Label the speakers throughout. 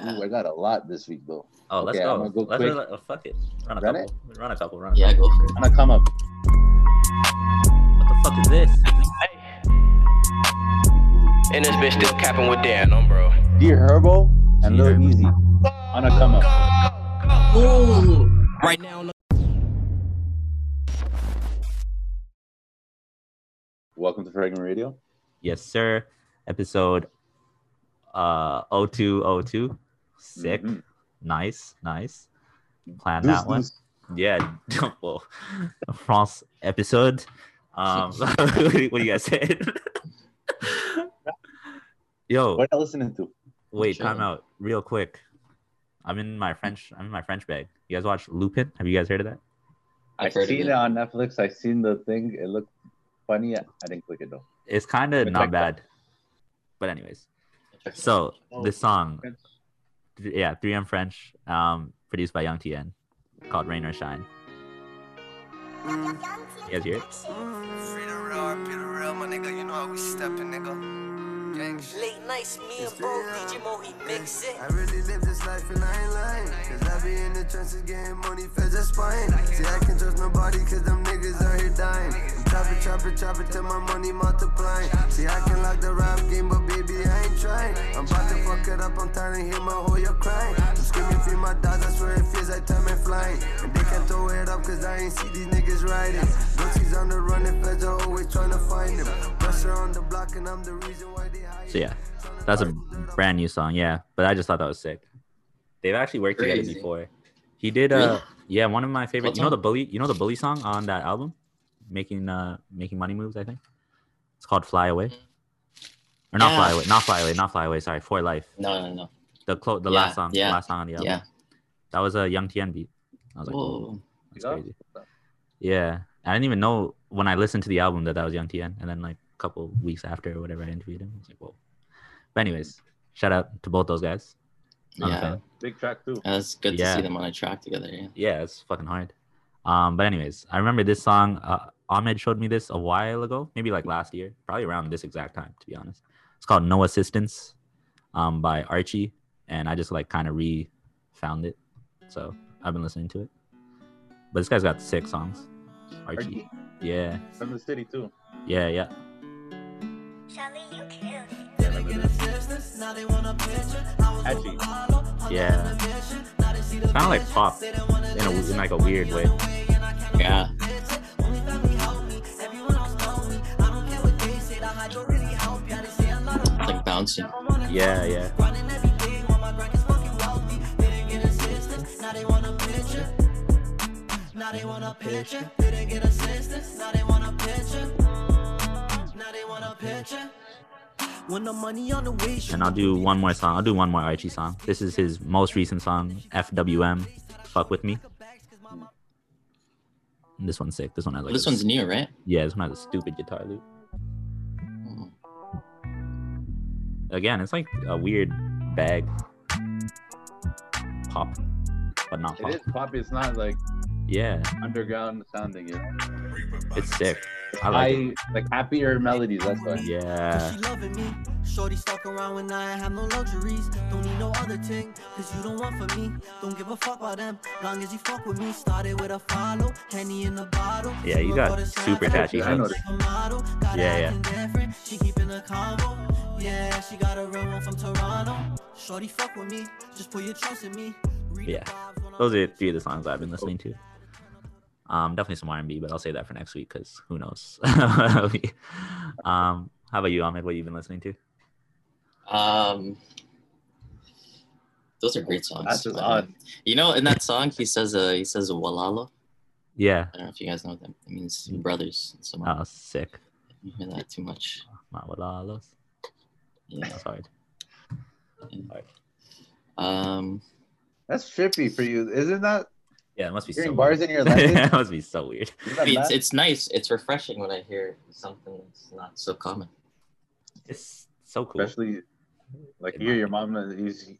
Speaker 1: Ooh, Oh, I got a lot this week though.
Speaker 2: Oh, let's
Speaker 1: Okay,
Speaker 2: go.
Speaker 1: I'm gonna go
Speaker 2: let's
Speaker 1: quick.
Speaker 2: Run, oh, fuck it. Run a
Speaker 1: Run
Speaker 2: couple. Run a couple. Run. A
Speaker 3: Yeah, go for it.
Speaker 1: I'm gonna come up.
Speaker 2: couple. What the fuck is this?
Speaker 4: And this bitch still capping with their number.
Speaker 1: Dear Herbo and
Speaker 2: Dear
Speaker 1: Lil
Speaker 2: Herbo.
Speaker 1: Easy on a come up.
Speaker 3: Ooh, right now. no-
Speaker 1: Welcome to Fragment Radio.
Speaker 2: Yes, sir. Episode uh 0202. Sick.
Speaker 1: Mhm.
Speaker 2: Nice. Nice. Plan
Speaker 1: Deuce,
Speaker 2: that one.
Speaker 1: deuce.
Speaker 2: Yeah. well, France episode. Um, what do you guys say? Yo,
Speaker 1: What am I listening to?
Speaker 2: wait,
Speaker 3: Chill.
Speaker 2: time out real quick. I'm in my French. I'm in my French bag. You guys watch Lupin? Have you guys heard of that?
Speaker 1: I
Speaker 3: I've heard of
Speaker 1: seen
Speaker 3: it.
Speaker 1: it on Netflix. I seen the thing. It looked funny. I didn't click it though.
Speaker 2: It's kind of
Speaker 1: It's
Speaker 2: not
Speaker 1: like that.
Speaker 2: bad. But anyways, so this song,
Speaker 1: Oh, French.
Speaker 2: th- yeah, 3M French, um, produced by Young Tien, called Rain or Shine. You guys hear it?
Speaker 5: Free the raw, pit the real, my nigga. You know how we steppin', nigga. Gang shit.
Speaker 6: Late nights, me and Bo, DJ Mo, he mix it.
Speaker 5: I really live this life and I ain't lying. Cause I be in the trenches getting money, feds are spying. See, I can trust nobody cause them niggas out here dying. I'm chopping, chopping, chopping till my money multiplying. See, I can lock the rap game, but baby, I ain't trying. I'm about to fuck it up, I'm tired of hear my whole year crying. I'm screaming for my dogs, I swear it feels like time and flying. And they can't throw it up cause I ain't see these niggas riding. Brooksies on the run and feds are always trying to find them. Pressure on the block and I'm the reason why they hide.
Speaker 2: So yeah, that's a brand new song. Yeah, but I just thought that was sick. They've actually worked together
Speaker 3: Crazy.
Speaker 2: before. He did. Uh,
Speaker 3: Really?
Speaker 2: yeah, one of my favorite.
Speaker 3: What
Speaker 2: You know the
Speaker 3: song?
Speaker 2: bully. You know the bully song on that album, making uh making money moves. I think it's called Fly Away, or not
Speaker 3: Yeah.
Speaker 2: Fly Away, not Fly Away, not Fly Away. Sorry, For Life.
Speaker 3: No, no, no.
Speaker 2: The clo- the
Speaker 3: Yeah,
Speaker 2: last song,
Speaker 3: yeah,
Speaker 2: last song on the album.
Speaker 3: Yeah.
Speaker 2: That was a Young Tien beat. I was like,
Speaker 3: Whoa.
Speaker 2: That's crazy. Yeah, I didn't even know when I listened to the album that that was Young Tien, and then like a couple weeks after or whatever, I interviewed him. I was like, whoa. But anyways, shout out to both those guys. I'm a
Speaker 3: Yeah.
Speaker 2: fan.
Speaker 1: Big track too.
Speaker 3: That's good
Speaker 2: Yeah.
Speaker 3: to see them on a track together. Yeah.
Speaker 2: Yeah, it's fucking hard. Um, but anyways, I remember this song. Uh, Ahmed showed me this a while ago, maybe like last year, probably around this exact time, to be honest. It's called No Assistance, um, by Archie, and I just like kind of re-found it, so I've been listening to it. But this guy's got six songs. Archie.
Speaker 1: Archie
Speaker 2: Yeah.
Speaker 1: From the city too.
Speaker 2: Yeah, yeah.
Speaker 1: Catchy.
Speaker 2: Yeah. It's kind of like pop in, a, in like a weird way.
Speaker 3: Yeah. It's like bouncing. Oh,
Speaker 2: Yeah, yeah. And I'll do one more song. I'll do one more Archie song. This is his most recent song, FWM, Fuck With Me. And this one's sick. This one I like.
Speaker 3: This one's new, right?
Speaker 2: Yeah, this one has a stupid guitar loop.
Speaker 3: Mm.
Speaker 2: Again, it's like a weird bag. Pop. But not pop.
Speaker 1: It is poppy. It's not like
Speaker 2: Yeah,
Speaker 1: underground sounding. It.
Speaker 2: it's sick. I
Speaker 1: I
Speaker 2: like it.
Speaker 1: like, happier melodies. That's why.
Speaker 2: Yeah.
Speaker 7: She loving me. Shorty stalk around when I have no luxuries. Don't need no other thing, cause you don't want for me. Don't give a fuck about them, long as you fuck with me. Started with a follow, Henny in the bottle.
Speaker 2: Yeah, you got super catchy
Speaker 1: I
Speaker 2: hooks. Yeah,
Speaker 7: Yeah,
Speaker 2: yeah.
Speaker 7: yeah. She keeping a combo. Yeah, she got a real one from Toronto. Shorty fuck with me, just put your trust in me. Read the
Speaker 2: Yeah.
Speaker 7: vibes when I'm
Speaker 2: Those are three of the songs I've been listening to. Um, definitely some R&B, but I'll save that for next week because who knows. um, how about you, Ahmed? What you been listening to?
Speaker 3: Um, those are great songs.
Speaker 1: That's just
Speaker 3: by the way.
Speaker 1: odd.
Speaker 3: You know, in that song, he says, uh, he says, Walala.
Speaker 2: Yeah.
Speaker 3: I don't know if you guys know what that it means
Speaker 2: Mm.
Speaker 3: brothers. So
Speaker 2: Oh, sick.
Speaker 3: you hear that too much.
Speaker 2: Mawalalos.
Speaker 3: Yeah.
Speaker 2: That's hard.
Speaker 3: Um,
Speaker 1: That's trippy for you, isn't that?
Speaker 2: Yeah, it must be so
Speaker 1: Hearing bars
Speaker 2: weird.
Speaker 1: in your language?
Speaker 2: that must be so weird.
Speaker 1: isn't that
Speaker 3: it's,
Speaker 1: mad?
Speaker 3: it's nice. It's refreshing when I hear something that's not so common.
Speaker 2: It's so cool.
Speaker 1: Especially like
Speaker 2: In
Speaker 1: here,
Speaker 2: my-
Speaker 1: your mom is.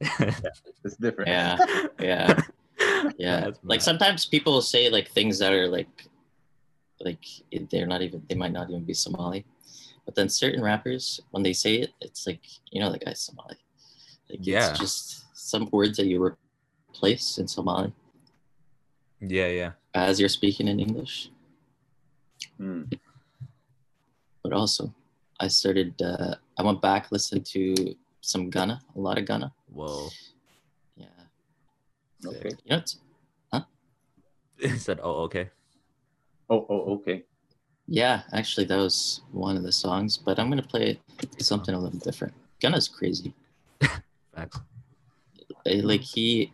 Speaker 1: It's different.
Speaker 3: Yeah. Yeah. Yeah.
Speaker 2: That's
Speaker 3: like
Speaker 2: mad.
Speaker 3: sometimes people will say like things that are like, like they're not even, they might not even be Somali. But then certain rappers, when they say it, it's like, you know, the guy's Somali. Like,
Speaker 2: Yeah.
Speaker 3: It's just, some words that you replace in Somali
Speaker 2: Yeah, yeah.
Speaker 3: as you're speaking in English.
Speaker 1: Mm.
Speaker 3: But also, I started. Uh, I went back listened to some Ghana, a lot of Ghana.
Speaker 2: Whoa.
Speaker 3: Yeah,
Speaker 2: Sick.
Speaker 1: Okay.
Speaker 3: you know, it's,
Speaker 2: said, oh, okay.
Speaker 1: Oh, oh, okay.
Speaker 3: yeah. Actually, that was one of the songs, but I'm gonna play something a little different. Ghana's crazy.
Speaker 2: Facts.
Speaker 3: Eh, Like he,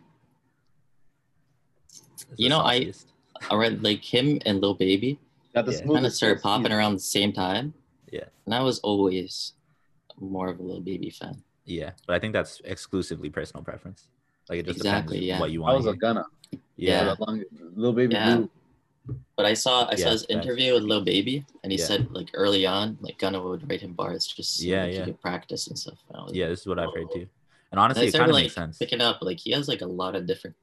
Speaker 2: It's
Speaker 3: You
Speaker 2: the
Speaker 3: know, I-
Speaker 2: sauciest.
Speaker 3: I read like him and Lil Baby
Speaker 1: Got the
Speaker 2: Yeah.
Speaker 1: smooth.
Speaker 3: kind of started popping around the same time.
Speaker 2: Yeah.
Speaker 3: and I was always more of a Lil Baby fan.
Speaker 2: Yeah, but I think that's exclusively personal preference. Like it just
Speaker 3: Exactly,
Speaker 2: depends
Speaker 3: yeah.
Speaker 2: what you
Speaker 1: I
Speaker 2: want.
Speaker 1: was a Ghana.
Speaker 2: yeah.
Speaker 1: That long, little baby
Speaker 3: Yeah.
Speaker 1: blue.
Speaker 3: But I saw I
Speaker 2: Yeah,
Speaker 3: saw his
Speaker 2: facts.
Speaker 3: interview with Lil Baby, and he
Speaker 2: Yeah.
Speaker 3: said like early on, like Gunna would write him bars just so
Speaker 2: Yeah,
Speaker 3: like,
Speaker 2: yeah.
Speaker 3: he could practice and stuff. And I was-
Speaker 2: Yeah, this is what I've heard
Speaker 3: Whoa.
Speaker 2: too. And honestly,
Speaker 3: and I
Speaker 2: it kind
Speaker 3: started
Speaker 2: of
Speaker 3: like
Speaker 2: makes sense.
Speaker 3: picking up like he has like a lot of different,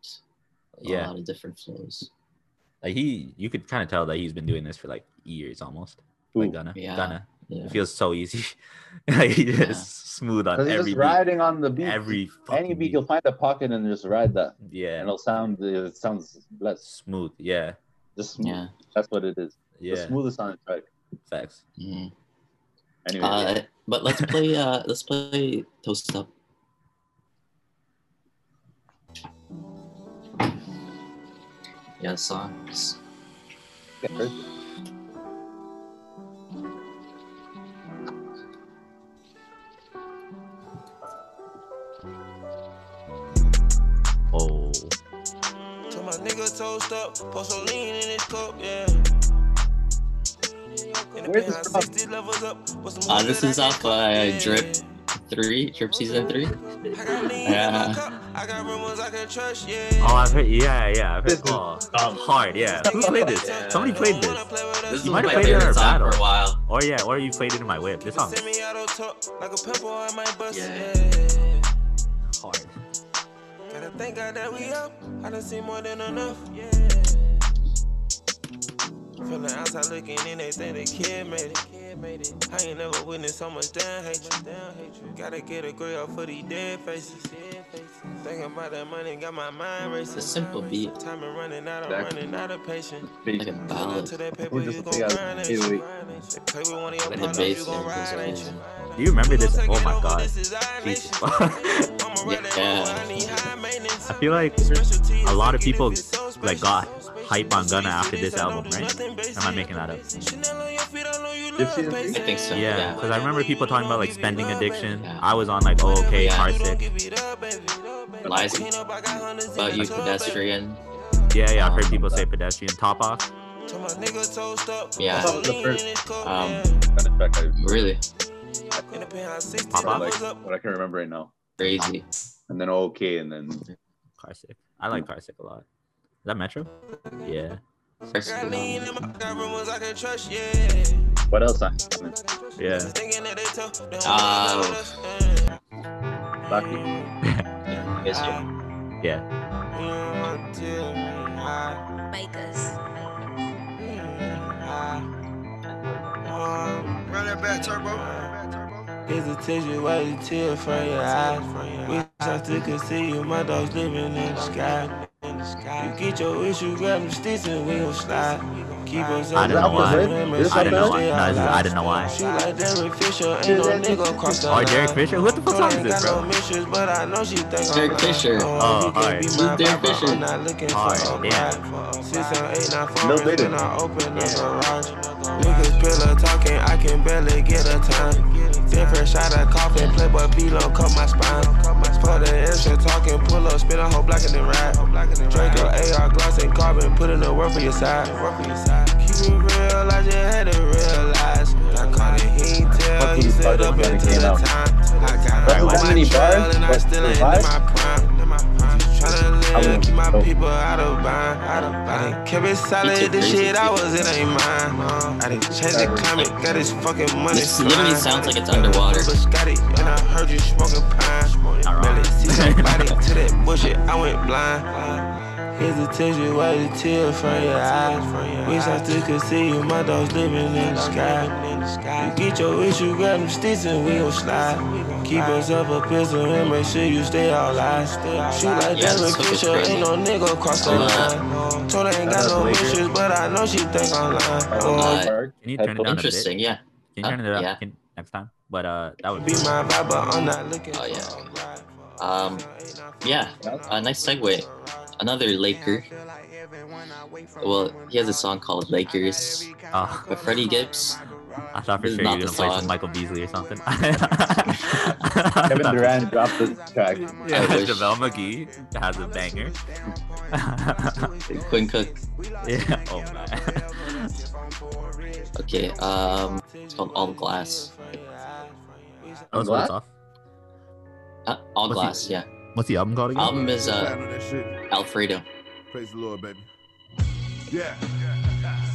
Speaker 2: Yeah.
Speaker 3: a lot of different flows.
Speaker 2: Like he, you could kind of tell that he's been doing this for like years almost.
Speaker 1: Ooh.
Speaker 2: Like Ghana,
Speaker 3: Yeah,
Speaker 2: Ghana.
Speaker 3: Yeah.
Speaker 2: It feels so easy. like he just
Speaker 3: Yeah.
Speaker 2: smooth on
Speaker 1: 'Cause it's
Speaker 2: every beat.
Speaker 1: just riding on the beat.
Speaker 2: Every fucking
Speaker 1: Any beat,
Speaker 2: beat.
Speaker 1: you'll find a pocket and just ride that. And
Speaker 2: Yeah,
Speaker 1: it'll sound, it sounds less.
Speaker 2: smooth. Yeah,
Speaker 1: Just smooth.
Speaker 3: yeah.
Speaker 1: That's what it is. The
Speaker 2: yeah.
Speaker 1: smoothest on the track.
Speaker 2: Facts.
Speaker 3: Mhm.
Speaker 1: Anyway.
Speaker 3: Uh, but let's play. Uh, let's play Toast Up. Yeah, songs.
Speaker 1: yeah, perfect.
Speaker 2: Oh,
Speaker 8: So my nigga toast up, pour some lean in his cup, yeah. In the
Speaker 1: Where's this
Speaker 8: penthouse,
Speaker 1: from?
Speaker 8: 60 levels up, with some
Speaker 3: Uh,
Speaker 8: hoes
Speaker 3: this
Speaker 8: that I
Speaker 3: is
Speaker 8: can
Speaker 3: off,
Speaker 8: cook,
Speaker 3: uh,
Speaker 8: yeah.
Speaker 3: Drip. Three trip season three.
Speaker 8: I got lean in
Speaker 3: Yeah.
Speaker 8: my cup, I got real ones I can trust, yeah.
Speaker 2: oh, I've heard. Yeah, yeah, I've heard.
Speaker 1: This is
Speaker 2: Oh, hard. Yeah, who played this?
Speaker 8: Yeah.
Speaker 2: Somebody played
Speaker 8: Don't
Speaker 2: this.
Speaker 8: wanna play with us,
Speaker 3: This
Speaker 2: You
Speaker 3: was
Speaker 2: might have
Speaker 3: my
Speaker 2: played it at
Speaker 3: favorite
Speaker 2: a
Speaker 3: song for
Speaker 2: battle.
Speaker 3: a while.
Speaker 2: Or yeah, or you played it in my whip. This song is
Speaker 8: Send me out on top, like a pimple on my bus,
Speaker 3: Yeah.
Speaker 8: yeah.
Speaker 2: hard.
Speaker 8: Gotta thank God that we up. I done seen more than enough, yeah. From the outside looking in, they think the kid made it. Kid made it. I ain't never witnessed so much damn hatred. Damn hatred. Gotta get a grade off for these dead faces. Dead faces. Thinking about that money, got my mind racing.
Speaker 3: It's a simple beat.
Speaker 8: Time and running out, I'm
Speaker 1: Exactly.
Speaker 8: running out of patience.
Speaker 3: Like a ballad.
Speaker 8: To that paper,
Speaker 1: just
Speaker 8: you gon'
Speaker 1: figure out
Speaker 8: grind, ain't
Speaker 1: either
Speaker 8: you?
Speaker 1: way.
Speaker 8: They play with one of your
Speaker 3: Like the
Speaker 8: partners,
Speaker 3: bass
Speaker 8: you gon'
Speaker 3: link is
Speaker 8: ride, ain't
Speaker 3: amazing.
Speaker 8: you?
Speaker 2: Do you remember
Speaker 8: We gon'
Speaker 2: this?
Speaker 8: take
Speaker 2: Oh
Speaker 8: it
Speaker 2: my
Speaker 8: over,
Speaker 2: god.
Speaker 8: this is our
Speaker 2: Jesus.
Speaker 8: nation. I'ma ride that
Speaker 3: Yeah.
Speaker 8: road, I need high maintenance.
Speaker 2: I feel like a lot of people like got hype on Gunna after this album, right? Am I making that up?
Speaker 1: Gypsy and
Speaker 3: I think so.
Speaker 2: Yeah, because I remember people talking about like spending addiction.
Speaker 3: Yeah.
Speaker 2: I was on like, oh, okay,
Speaker 3: Yeah.
Speaker 2: car sick.
Speaker 3: Liza, about you pedestrian.
Speaker 2: Yeah, yeah, I've heard
Speaker 3: Um,
Speaker 2: people say pedestrian top off.
Speaker 3: Yeah.
Speaker 1: That was the first
Speaker 3: Um,
Speaker 1: kind of track I,
Speaker 3: really
Speaker 2: Pop-up?
Speaker 1: like, what I can remember right now.
Speaker 3: crazy.
Speaker 1: And then oh, okay, and then
Speaker 2: Car sick. I like car sick a lot. Is that Metro? Yeah.
Speaker 3: First,
Speaker 8: Got lean
Speaker 3: um,
Speaker 8: in my got real ones I can trust, yeah.
Speaker 1: what else? On?
Speaker 2: Yeah.
Speaker 8: Thinking that they tough, they don't
Speaker 3: Ah.
Speaker 8: wanna play with us,
Speaker 1: Lucky.
Speaker 3: yes, sir.
Speaker 2: Yeah.
Speaker 8: yeah. Mm, till I-
Speaker 6: Makers.
Speaker 8: It's a tissue way to tear from your eyes. Wish I still could see you, my dogs living in the sky. You get your issue, grab them sticks and we gon' slide. Keep us
Speaker 2: I don't know why.
Speaker 1: This
Speaker 2: I don't know why. No, this is- I don't know why.
Speaker 8: She like Derek Fisher, ain't no nigga cross the
Speaker 2: Or
Speaker 8: line.
Speaker 2: Derek Oh, Fisher? What the fuck song is
Speaker 8: ain't
Speaker 2: this,
Speaker 8: got no
Speaker 2: bro?
Speaker 8: missions, but I know she think I'm
Speaker 3: Derek
Speaker 8: lying.
Speaker 3: Fisher.
Speaker 8: he
Speaker 2: Oh,
Speaker 8: can't
Speaker 2: alright.
Speaker 8: be
Speaker 3: Who's
Speaker 8: my
Speaker 3: Derek
Speaker 8: papa,
Speaker 3: Fisher?
Speaker 8: I'm not looking for
Speaker 2: Alright,
Speaker 8: a
Speaker 2: damn.
Speaker 8: ride. Six or eight, not
Speaker 1: No
Speaker 8: foreign,
Speaker 1: bidding.
Speaker 8: when I open the garage. Niggas pillow talking, I can barely get a time. Different shot of coffin, playboy below, cut my spine. For the extra talking, pull up, spin a whole block and then ride. Drink your AR gloss and carbon, put in the work for your side. Keep it real, I just had to realize. I caught it, he ain't tell, he
Speaker 1: Fucking
Speaker 8: set
Speaker 1: project
Speaker 8: up
Speaker 1: when it
Speaker 8: into
Speaker 1: came
Speaker 8: the
Speaker 1: out.
Speaker 8: time. I got
Speaker 1: That's
Speaker 8: on
Speaker 1: that
Speaker 8: my
Speaker 1: many
Speaker 8: trail
Speaker 1: bars,
Speaker 8: and I
Speaker 1: but
Speaker 8: still ain't in
Speaker 1: survived?
Speaker 8: my prime. In my prime. Tryna
Speaker 1: I
Speaker 8: live,
Speaker 1: wouldn't
Speaker 8: keep my
Speaker 1: know.
Speaker 8: people out of bind. Out of bind. Kept it
Speaker 3: It's a
Speaker 8: solid, the
Speaker 3: crazy
Speaker 8: shit I
Speaker 3: thing.
Speaker 8: was in ain't mine. I didn't change the climate, got his fucking money.
Speaker 3: This literally
Speaker 8: flying.
Speaker 3: sounds like it's underwater.
Speaker 8: But Scotty, and I heard you smoking pine.
Speaker 2: Not wrong.
Speaker 8: Really see somebody to that push it, I went blind. Here's a tissue, wipe the tears from your eyes. Wish I still could see you, my dog's living in the sky. You get your issue, grab them sticks and we gon' slide. Keep yourself a pistol and make sure you stay all alive. Shoot like
Speaker 3: Yeah,
Speaker 8: that,
Speaker 3: this
Speaker 8: look
Speaker 3: fuck is
Speaker 8: sure
Speaker 3: crazy.
Speaker 8: ain't no nigga cross the
Speaker 3: Uh,
Speaker 8: line. Told her ain't got no
Speaker 1: Laker.
Speaker 8: issues, but I know she think I'm lying. Oh,
Speaker 3: Uh,
Speaker 1: Park.
Speaker 2: Can you turn it down a bit? Can
Speaker 3: Interesting. Yeah.
Speaker 2: you turn
Speaker 3: Uh,
Speaker 2: it up
Speaker 3: yeah.
Speaker 2: can- next time? But uh, that would
Speaker 8: Be my vibe, but I'm not looking.
Speaker 3: Oh, yeah,
Speaker 8: yeah.
Speaker 3: Um, yeah. Uh, nice segue. Another Laker. Well, he has a song called Lakers.
Speaker 2: Oh,
Speaker 3: But Freddie Gibbs,
Speaker 2: I thought for
Speaker 3: This is
Speaker 2: sure you were
Speaker 3: not
Speaker 2: gonna
Speaker 3: the
Speaker 2: play some
Speaker 3: song.
Speaker 2: Michael Beasley or something. I
Speaker 1: Kevin
Speaker 2: thought-
Speaker 1: Durant dropped this track.
Speaker 2: Yeah,
Speaker 3: I wish.
Speaker 2: JaVale McGee has a banger.
Speaker 3: Quinn Cook.
Speaker 2: yeah. Oh man.
Speaker 3: Okay. Um, it's called All Glass.
Speaker 2: oh, so
Speaker 1: Glass?
Speaker 2: it's off.
Speaker 3: Uh, All
Speaker 2: What's he-
Speaker 3: Glass. Yeah.
Speaker 2: What's the album called again?
Speaker 3: Album is uh,
Speaker 9: Handle that shit.
Speaker 3: Alfredo.
Speaker 9: Praise the Lord, baby. Yeah.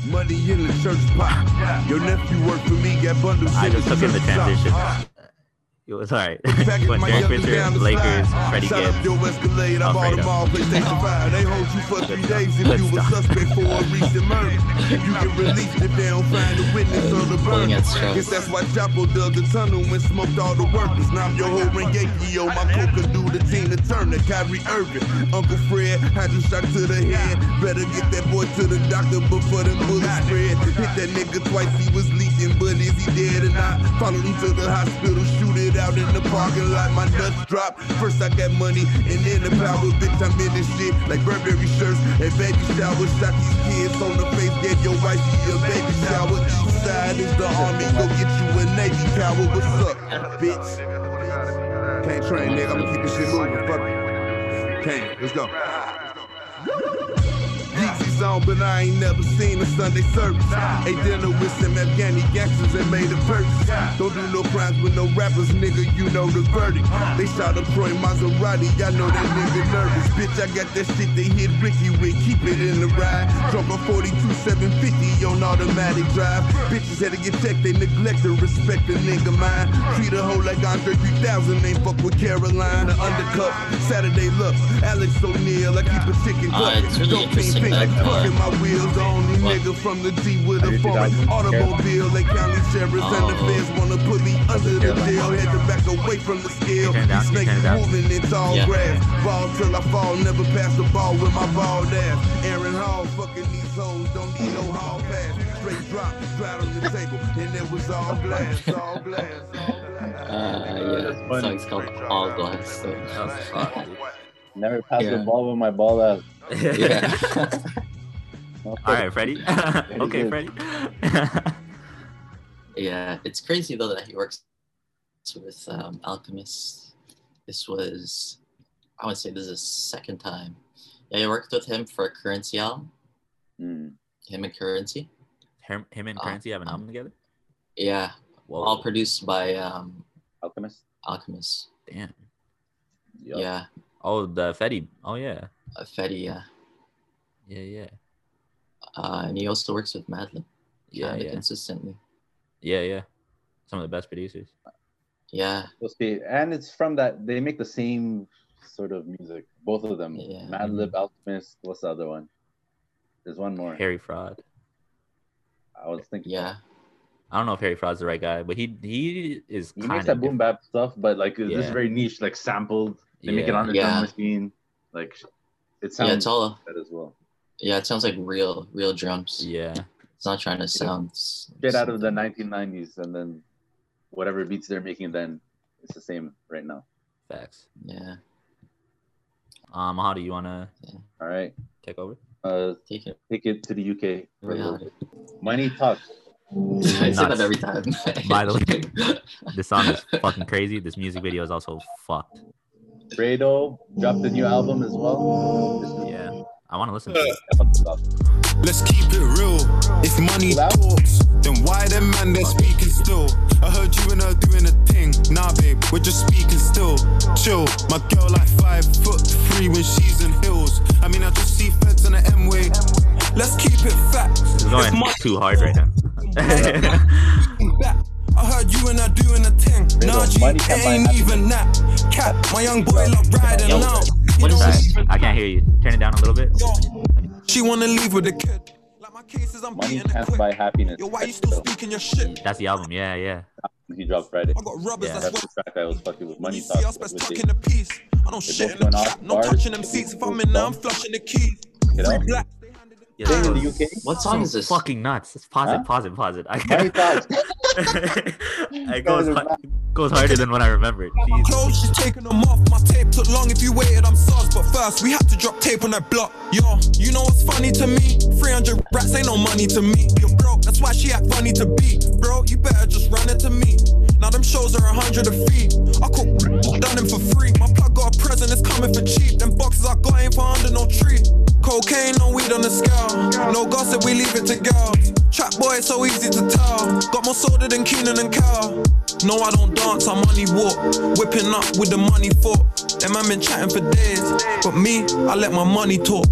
Speaker 9: Money in the church pot. Your nephew worked for me, got bundles.
Speaker 2: I just took in the
Speaker 9: church stock.
Speaker 2: transition. Uh, It was alright.
Speaker 9: Packing
Speaker 2: Went
Speaker 9: my
Speaker 2: Derek
Speaker 9: youngest
Speaker 2: Fisher,
Speaker 9: down the
Speaker 2: Lakers,
Speaker 9: slide.
Speaker 2: Freddie
Speaker 9: Shot up
Speaker 2: Gibbs.
Speaker 9: your Escalade, I bought
Speaker 2: Alfredo.
Speaker 9: them all PlayStation 5. They hold you for three days if
Speaker 2: Good
Speaker 9: you a
Speaker 2: stuff.
Speaker 9: suspect for a recent murder. You get released if they don't find a witness on the
Speaker 3: Pulling
Speaker 9: burner.
Speaker 3: at straws.
Speaker 9: Guess that's why Chapo dug the tunnel and smoked all the workers. Now I'm your whole Rengeki, yo. My coca do the Tina Turner, Kyrie Irving. Uncle Fred, hydroshot to the head. Better get that boy to the doctor before the bullets spread. Hit that nigga twice, he was leaking, but is he dead or not? Followed him to the hospital, shoot it out in the parking lot. My nuts drop. First I got money, and then the power, bitch. I'm in this shit like Burberry shirts and baby showers. Shot these kids on the face, gave your wife a baby shower. East side is the army, go get you a Navy tower. What's up, bitch? Can't train, nigga. I'm keeping shit moving. Fuck it. Can't. Let's go. Yeezy's on, but I ain't never seen a Sunday service. Ate dinner with some Afghani gangsters and made a purchase. Don't do no crimes with no rappers, nigga, you know the verdict. They shot up Troy Maserati, I know that nigga nervous. Bitch, I got that shit they hit Ricky with, keep it in the ride. Drunk a 42 750 on automatic drive. Bitches had to get checked, they neglect to respect the nigga mind. Treat a hoe like Andre 3000, ain't fuck with Caroline. The undercut, Saturday looks, Alex O'Neal, I keep a chicken
Speaker 3: Uh,
Speaker 9: bucket.
Speaker 3: it's really
Speaker 9: Dope fiend
Speaker 3: interesting
Speaker 9: pink
Speaker 3: that,
Speaker 9: like
Speaker 3: uh,
Speaker 9: fucking my wheels, the only
Speaker 3: what-
Speaker 9: nigga from the D with
Speaker 1: Are
Speaker 9: a
Speaker 1: you
Speaker 9: foreign
Speaker 1: down?
Speaker 9: automobile. They county sheriffs and the
Speaker 3: Oh.
Speaker 9: feds wanna put me under the
Speaker 1: Carolina.
Speaker 9: jail. Had to back away from the scale.
Speaker 2: Turn it down, turn
Speaker 9: These
Speaker 2: it
Speaker 9: snakes
Speaker 2: down.
Speaker 9: moving in tall
Speaker 3: Yeah.
Speaker 9: grass. Ball till I fall, never pass the ball with my bald ass. Aaron Hall, fucking these hoes, don't need no hall pass. Straight drop, drive on the table, and it was all glass, all glass, all glass.
Speaker 3: Uh, yeah. The song's called All Glass. So.
Speaker 1: Never passed
Speaker 3: Yeah.
Speaker 1: the ball with my ball out.
Speaker 3: Yeah.
Speaker 2: All right, Freddie. okay, Freddie.
Speaker 3: Yeah, it's crazy though that he works with um, Alchemist. This was, I would say, this is his second time. Yeah, I worked with him for a Currency album.
Speaker 1: Mm.
Speaker 3: Him and Currency.
Speaker 2: him, him and
Speaker 3: Uh,
Speaker 2: Currency have an
Speaker 3: um,
Speaker 2: album together.
Speaker 3: Yeah,
Speaker 2: Whoa,
Speaker 3: all produced by um,
Speaker 1: Alchemist.
Speaker 3: Alchemist.
Speaker 2: damn.
Speaker 1: Yup.
Speaker 3: Yeah,
Speaker 2: Oh, the Fetty. Oh yeah,
Speaker 3: uh, Fetty. Yeah,
Speaker 2: yeah, yeah,
Speaker 3: uh, and he also works with Madlib.
Speaker 2: yeah,
Speaker 3: kinda
Speaker 2: yeah,
Speaker 3: consistently.
Speaker 2: yeah, yeah. Some of the best producers.
Speaker 3: Yeah,
Speaker 1: Supposed to be- And it's from that they make the same sort of music, both of them.
Speaker 3: Yeah. Mm-hmm.
Speaker 1: Madlib, Alchemist. What's the other one? There's one more.
Speaker 2: Harry Fraud.
Speaker 1: I was thinking.
Speaker 3: yeah,
Speaker 2: I don't know if Harry Fraud's the right guy, but he he is
Speaker 1: He
Speaker 2: kind
Speaker 1: makes that
Speaker 2: of.
Speaker 1: boom bap stuff, but like this is
Speaker 2: Yeah.
Speaker 1: very niche, like sampled. They make it
Speaker 2: Yeah.
Speaker 1: on the
Speaker 3: Yeah.
Speaker 1: drum machine. Like it sounds
Speaker 3: yeah. It's all.
Speaker 1: that as well.
Speaker 3: Yeah, it sounds like real, real drums.
Speaker 2: Yeah,
Speaker 3: It's not trying to sound. s-
Speaker 1: Straight out of the
Speaker 3: something.
Speaker 1: 1990s, and then whatever beats they're making then, it's the same right now.
Speaker 2: facts.
Speaker 3: Yeah,
Speaker 2: Um, how do you wanna
Speaker 1: All right,
Speaker 2: take over?
Speaker 1: uh,
Speaker 3: take it.
Speaker 1: take it to the UK. for a little
Speaker 3: Reality.
Speaker 1: bit. Money talks.
Speaker 3: I say
Speaker 2: Nuts.
Speaker 3: that every time.
Speaker 2: By the This song is fucking crazy. This music video is also fucked.
Speaker 1: Fredo dropped a new album as well. This is-
Speaker 2: Yeah, I want to listen to it.
Speaker 10: Let's keep it real. If money
Speaker 1: Loud?
Speaker 10: talks, then why the man they're speaking still? I heard you and her doing a thing. Nah, babe, we're just speaking still. Chill. My girl like five foot three when she's in heels. I mean, I just see feds on the M way. Let's keep it fat.
Speaker 2: It's going too hard right now.
Speaker 10: back. I heard you and I doing a thing.
Speaker 1: Riddle,
Speaker 10: Nah, G,
Speaker 1: money can't
Speaker 10: it
Speaker 1: buy
Speaker 10: ain't
Speaker 1: happiness.
Speaker 10: even that. Cap, my young boy love riding
Speaker 3: Yo,
Speaker 10: now.
Speaker 3: what is this
Speaker 2: hear you. Turn it down a little bit.
Speaker 10: She wanna leave with the kid.
Speaker 1: Money Can't Buy Happiness.
Speaker 10: Yo, why you still speaking your shit?
Speaker 2: That's the album. Yeah, yeah.
Speaker 1: He dropped Friday.
Speaker 10: rubbers,
Speaker 1: Yeah,
Speaker 10: that's
Speaker 1: that's the track that was fucking with Money
Speaker 10: See
Speaker 1: Talk.
Speaker 10: us
Speaker 1: With
Speaker 10: best
Speaker 1: the,
Speaker 10: stuck in the piece. I don't shit in the
Speaker 1: went off
Speaker 10: trap. No
Speaker 1: bars.
Speaker 10: touching them seats. If I'm in there, I'm flushing the keys.
Speaker 1: you know?
Speaker 10: Free black.
Speaker 3: Yeah,
Speaker 1: Hey,
Speaker 3: that
Speaker 1: in
Speaker 3: was-
Speaker 1: the UK?
Speaker 3: What song
Speaker 2: So
Speaker 3: is this?
Speaker 2: Fucking nuts. Let's pause
Speaker 1: Huh?
Speaker 2: it. Pause it. Pause it. I
Speaker 1: Money Talk.
Speaker 2: it
Speaker 1: guys
Speaker 2: goes,
Speaker 1: are
Speaker 2: har- goes harder than what I remembered. Jesus.
Speaker 10: Clothes, she's taking them off. My tape took long. If you waited, I'm sus. But first, we had to drop tape on that block. Yo, you know what's funny to me? 300 rats ain't no money to me. Yo, bro, that's why she act funny to be. Bro, you better just run it to me. Now them shows are a hundred a fee. I cook done them for free. My plug got a present, it's coming for cheap. Them boxes I got ain't for under no tree. Cocaine, no weed on the scale. No gossip, we leave it to girls. Trap boy, it's so easy to tell. Got more soda than Keenan and Cal. No, I don't dance, I money walk. Whipping up with the money fork. Them man been chatting for days. But me, I let my money talk.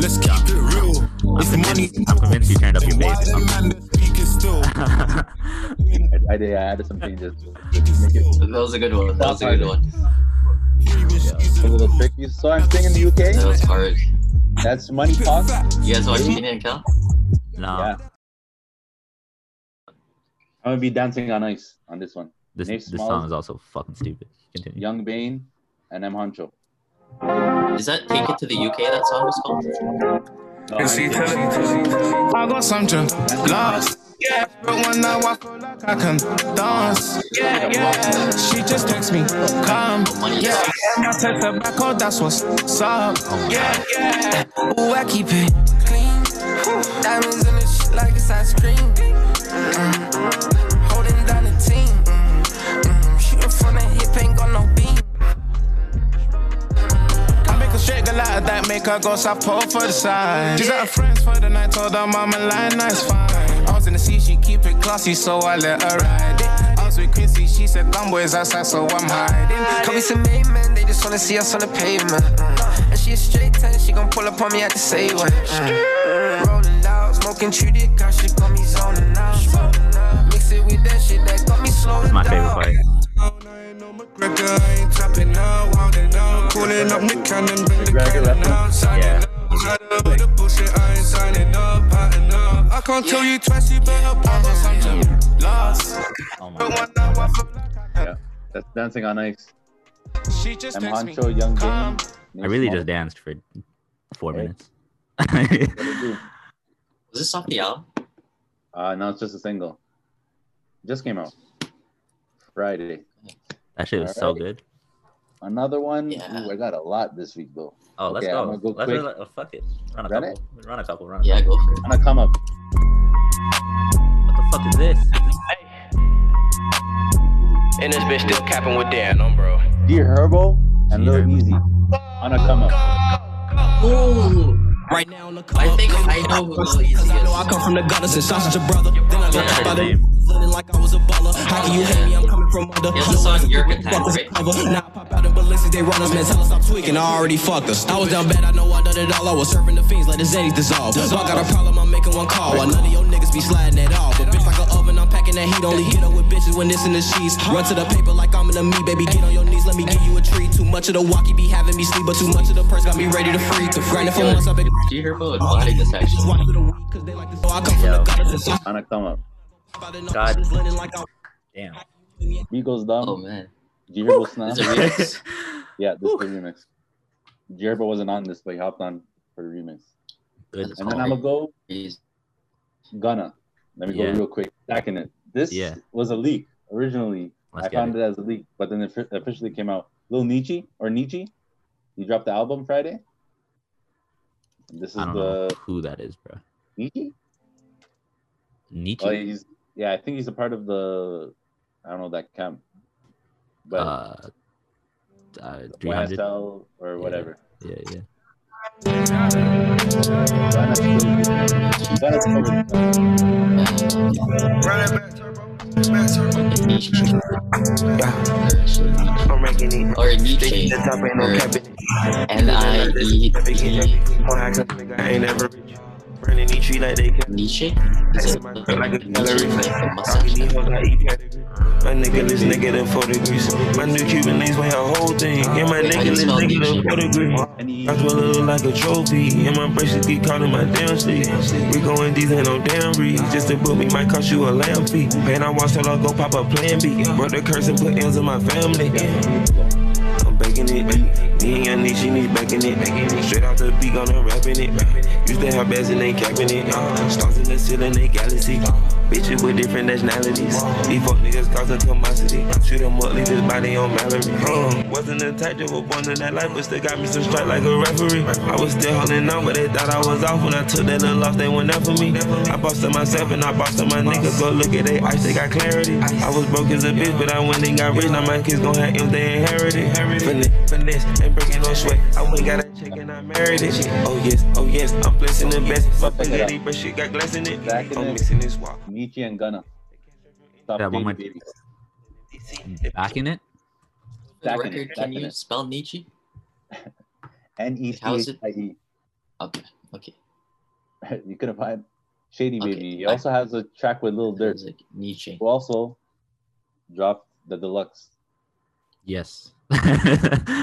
Speaker 10: Let's keep it real.
Speaker 2: I'm convinced, I'm convinced you turned up your bass. I'm-
Speaker 1: I, I, did- I added some changes.
Speaker 3: That was a good one. That was a good one.
Speaker 1: A little trick. You saw him sing in the
Speaker 3: That
Speaker 1: UK?
Speaker 3: was hard.
Speaker 1: That's Money Talk.
Speaker 3: You guys watch Keenan and Kel?
Speaker 2: no,
Speaker 1: Yeah. I'm gonna be dancing on ice on this one.
Speaker 2: this
Speaker 1: Nate
Speaker 2: this
Speaker 1: Smalls.
Speaker 2: song is also fucking stupid. Continue.
Speaker 1: Young Bane and M Honcho.
Speaker 3: Is that Take It to the UK? That song was called.
Speaker 1: No,
Speaker 11: Can see tell it, tell it, tell it. I got something lost. Yeah, but when now I feel like I can dance. Yeah, yeah. She just texts me, come. Yeah, I text her back, oh, that's what's up. Yeah, yeah. Ooh, I keep it clean. Diamonds in the shit like it's ice cream. Mm-mm. Holding down the team. Mm-mm. Shooting from the hip, ain't got no beam. I make her shake a lot of that, make her go south pole for the side. She's out of friends for the night, told her mama line, that's fine. I was in the sea, she keep it classy, so I let her ride it. I was with Chrissy, she said dumb boys outside, so I'm hiding.
Speaker 12: Call me some main man, they just wanna see us on the pavement.
Speaker 11: Uh,
Speaker 12: Mm. And she a straight ten, she gon' pull up on me at the same one.
Speaker 11: Uh,
Speaker 12: Mm. Rolling loud, smoking through the car, she got me zoning out. zoning out. Mix it with that shit that got me slowing
Speaker 2: It's my favorite
Speaker 12: down.
Speaker 2: part.
Speaker 11: Gregor ain't tapping out, wilding out, calling up Nick Cannon, bring the cannon out, signing
Speaker 2: Yeah.
Speaker 11: Tired of all the bullshit, I ain't signing up, patting up. I can't tell you twice, you better pop or something. Lost.
Speaker 2: Oh my
Speaker 11: But
Speaker 2: god.
Speaker 11: one now I feel
Speaker 1: yeah. That's dancing on ice.
Speaker 11: She just
Speaker 1: M
Speaker 11: texts me.
Speaker 1: Honcho, Young
Speaker 11: Come.
Speaker 1: Bane.
Speaker 2: I really just danced for four
Speaker 1: Hey.
Speaker 2: minutes.
Speaker 1: did.
Speaker 3: Was this off the album?
Speaker 1: Uh, no, it's just a single. Just came out Friday.
Speaker 2: that shit was so
Speaker 1: Alright.
Speaker 2: good.
Speaker 1: Another one.
Speaker 3: Yeah.
Speaker 1: Ooh, I got a lot this week though.
Speaker 2: Oh, let's
Speaker 1: Okay, I'm
Speaker 2: go.
Speaker 1: gonna go
Speaker 2: let's
Speaker 1: quick.
Speaker 2: go. oh, fuck it. Run a
Speaker 1: Run
Speaker 2: couple. Run a couple. Run. A
Speaker 3: Yeah,
Speaker 2: Couple.
Speaker 3: go for it.
Speaker 1: I'm gonna come up.
Speaker 2: What the fuck is this?
Speaker 4: And this bitch still capping with Dan on bro.
Speaker 1: Dear Herbo and
Speaker 2: Dear Herbo.
Speaker 1: Lil Easy. On a come up.
Speaker 7: Ooh.
Speaker 13: Right now, on the
Speaker 7: I
Speaker 13: come
Speaker 7: think
Speaker 13: up,
Speaker 7: I know who
Speaker 13: cause
Speaker 7: Lil Easy
Speaker 13: I know
Speaker 7: is.
Speaker 13: I come from the gutters and sausage your brother. Then I
Speaker 2: Yeah,
Speaker 13: look up
Speaker 2: his
Speaker 13: by
Speaker 2: name.
Speaker 13: the running like I was a baller. How can you hate me? I'm coming from under.
Speaker 3: He has a song, You're Good Time,
Speaker 13: Fuckers
Speaker 3: right?
Speaker 13: cover. Now I pop out in Balenciaga, they runners, man. Tell us stop tweaking. I already fucked us. I was down bad, I know I done it all. I was serving the fiends, let the Zeddies dissolve. So I got a problem, I'm making one call. Why none of your niggas be sliding at all? But bitch, like an oven, I'm packing that heat. Only hit up with bitches when it's in the sheets. Run to the paper like I'm in the meat, baby. Get on your knees, let me give you a treat. Too much of the walkie be having me sleep, but too much of the purse got me ready to free. Grinding for months, I've been
Speaker 3: G Herbo
Speaker 2: Oh,
Speaker 3: and Body this
Speaker 13: just
Speaker 3: actually.
Speaker 13: walk through the week 'cause they like to- So I come from
Speaker 2: Yo.
Speaker 13: the gutters and sausage
Speaker 1: On a come up.
Speaker 2: God.
Speaker 13: just blending like I'm
Speaker 2: Damn.
Speaker 1: Migos
Speaker 3: Oh
Speaker 1: Dumb.
Speaker 3: man.
Speaker 1: Dear Herbo Snap.
Speaker 3: Is it remix?
Speaker 1: Yeah, this is the remix. Dear Herbo wasn't on this, but he hopped on for the remix.
Speaker 2: Good.
Speaker 1: And then I'm gonna go
Speaker 3: Jeez.
Speaker 1: Ghana. Let me
Speaker 2: Yeah.
Speaker 1: go real quick. Back in it. This
Speaker 2: Yeah.
Speaker 1: was a leak originally.
Speaker 2: Let's
Speaker 1: I
Speaker 2: get
Speaker 1: found
Speaker 2: it.
Speaker 1: it. as a leak, but then it fi- officially came out. Lil Nietzsche or Nietzsche, he dropped the album Friday. This is
Speaker 2: I don't
Speaker 1: the
Speaker 2: know who that is, bro.
Speaker 1: Nietzsche.
Speaker 2: Nietzsche.
Speaker 1: Oh, he's yeah. I think he's a part of the. I don't know that camp, but
Speaker 2: uh, uh, 300.
Speaker 1: YSL or whatever.
Speaker 2: Yeah, yeah.
Speaker 1: Ghana's cool. Ghana's cool.
Speaker 3: uh,
Speaker 11: Run it back, turbo. Back, turbo.
Speaker 8: I'm ranking it.
Speaker 3: Or
Speaker 8: They
Speaker 3: Nietzsche.
Speaker 8: the top ain't no
Speaker 3: Or
Speaker 8: cap it.
Speaker 3: N I E T.
Speaker 8: Don't act like a nigga, I ain't never rich. running Nietzsche like they can.
Speaker 3: Nietzsche?
Speaker 8: Like a gallery. Talking these hoes, I eat patty. My nigga, this nigga done 4 degrees. My new Cuban links with her whole thing. And my nigga, this nigga done 4 degrees. I feel a little like a trophy. And my bracelets get caught in my damn sleeve. We going these ain't no damn read. Just to book me might cost you a lamb fee. And I watch till I go pop a plan B. Broke the curse and put ends in my family. I'm baking it. Me and your niece, she needs baking it. Straight out the beat, gonna rapping it. Used to have bags and they capping it. Stars in the ceiling, they galaxy. Bitches with different nationalities. These fuck niggas cause a commodity. Shoot them up, leave his body on Mallory. Uh, wasn't attached, was born in that life, but still got me some strike like a referee. I was still holding on, but they thought I was off when I took that little loss. They went up for me. I busted myself and I busted my niggas. Go look at they ice, they got clarity. I was broke as a bitch, but I went and got rich. Now my kids gon' have if they inherit it. Finesse, finesse, ain't breaking no sweat. I went got a chick and I married it. Oh yes, oh yes, I'm blessing the best. My spaghetti, but she got glass in it. I'm mixing this walk.
Speaker 1: Nietzsche and Gunna. Stop
Speaker 2: Yeah, one
Speaker 1: dating
Speaker 2: more-
Speaker 1: babies.
Speaker 2: Backing it?
Speaker 3: For the
Speaker 1: Second,
Speaker 3: record, can
Speaker 1: second
Speaker 3: you
Speaker 1: it.
Speaker 3: spell Nietzsche?
Speaker 1: N E C
Speaker 3: How is
Speaker 1: H
Speaker 3: it?
Speaker 1: I E.
Speaker 3: Okay, okay.
Speaker 1: You could find Shady
Speaker 3: Okay,
Speaker 1: Baby. He
Speaker 3: I-
Speaker 1: also has a track with Lil Durk,
Speaker 3: Nietzsche.
Speaker 1: who also dropped the deluxe.
Speaker 2: Yes. Sorry.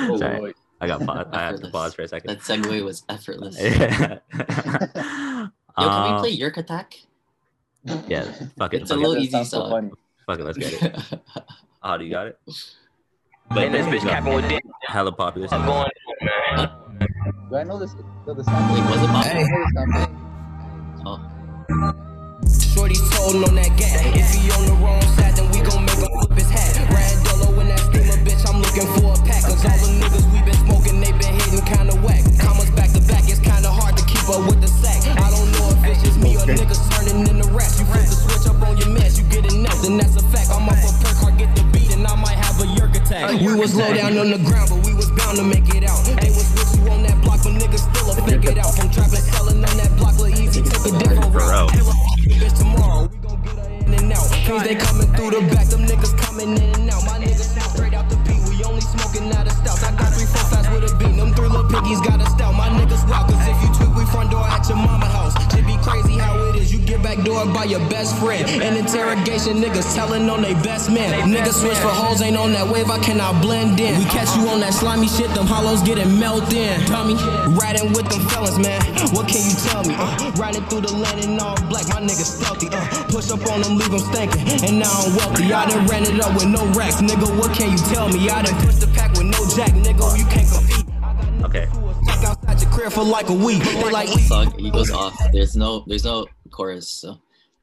Speaker 1: Oh, boy.
Speaker 2: I got pause. I had to
Speaker 3: Effortless.
Speaker 2: pause for a second.
Speaker 3: That segue was effortless.
Speaker 2: Yeah.
Speaker 3: Yo, can we
Speaker 2: Um,
Speaker 3: play Yerk Attack?
Speaker 2: Yeah, fuck it.
Speaker 3: It's a
Speaker 2: fuck it.
Speaker 3: little
Speaker 1: That
Speaker 3: easy
Speaker 1: sounds so
Speaker 3: song.
Speaker 1: funny.
Speaker 2: Fuck it, let's get it. Oh, do you got it? But
Speaker 4: And this bitch capping with dick.
Speaker 2: hella popular.
Speaker 4: What's going on, man?
Speaker 1: Do I know this? Yo, the sound
Speaker 3: Wait, was it Oh, Bob?
Speaker 1: I know the sound
Speaker 13: Shorty told on that gap. If he on the wrong side, then we gon' make him flip his hat. Randello in that steamer, bitch. I'm looking for a pack. Cause all the niggas we been smoking, they been hitting kinda whack. Commas back to back, it's kinda hard to keep up with the sack. I don't know if it's just me or niggas turning into rats. You flip the switch up on your mess, you get a net, then that's a fact. I'm up a perk, I get the beat, and I might have a yerk attack. We was low down on the ground, but we was bound to make it out. Ain't was with you on that block, but niggas still a fake it out. From trapping, selling on that block, look easy, took a different route. Hell, bitch, tomorrow we gon' get her in and out. Please, they coming through the back, them niggas coming in and out. My niggas smoke straight out the beat, we only smoking out of stouts. I got three four fast with a beat, them three little piggies got a stout. My niggas wild, cause if you tweak, we front door at your mama house. Should be crazy how it is, you get back door by your best friend. An interrogation, niggas telling on they best man. Niggas switch for hoes, ain't on that wave, I cannot blend in. We catch you on that slimy shit, them hollows getting melt in. Tommy, riding with them felons, man. What can you tell me? Uh, riding through the land in all black, my niggas stealthy. Uh, push up on them, leave them stinking. And now I'm wealthy. I done ran it up with no racks, nigga. What can you tell me? I done pushed the pack with no jack, nigga. You can't compete.
Speaker 2: Okay.
Speaker 13: Stuck outside your crib for like a week. They like
Speaker 3: That song he goes off. There's no there's no chorus, so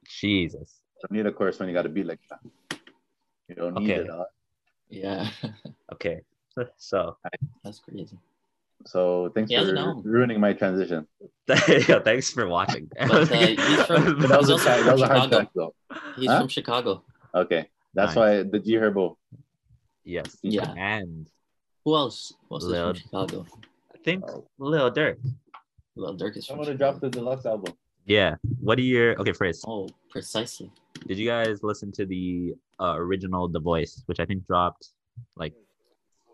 Speaker 2: Jesus.
Speaker 1: You need a chorus when you got a beat like that. You don't need
Speaker 2: Okay.
Speaker 1: it. huh?
Speaker 3: yeah.
Speaker 2: Okay. So,
Speaker 3: That's crazy.
Speaker 1: So thanks
Speaker 3: He has an
Speaker 1: for
Speaker 3: album.
Speaker 1: ruining my transition.
Speaker 2: yo, thanks for watching.
Speaker 3: But uh, he's from,
Speaker 1: But that was,
Speaker 3: he's
Speaker 1: a,
Speaker 3: also
Speaker 1: that
Speaker 3: from
Speaker 1: was a hard
Speaker 3: Chicago.
Speaker 1: track though.
Speaker 3: He's
Speaker 1: Huh?
Speaker 3: from Chicago.
Speaker 1: Okay, that's
Speaker 2: Nice.
Speaker 1: why the G Herbo.
Speaker 2: yes.
Speaker 3: Yeah.
Speaker 2: And
Speaker 3: Who else? Who else is
Speaker 2: Lil-
Speaker 3: from Chicago?
Speaker 2: I think Lil Durk.
Speaker 3: Well, Dirk is from
Speaker 1: Someone who
Speaker 3: Chicago.
Speaker 1: dropped the deluxe album.
Speaker 2: Yeah. What are your okay first?
Speaker 3: Oh, precisely.
Speaker 2: Did you guys listen to the uh, original The Voice, which I think dropped like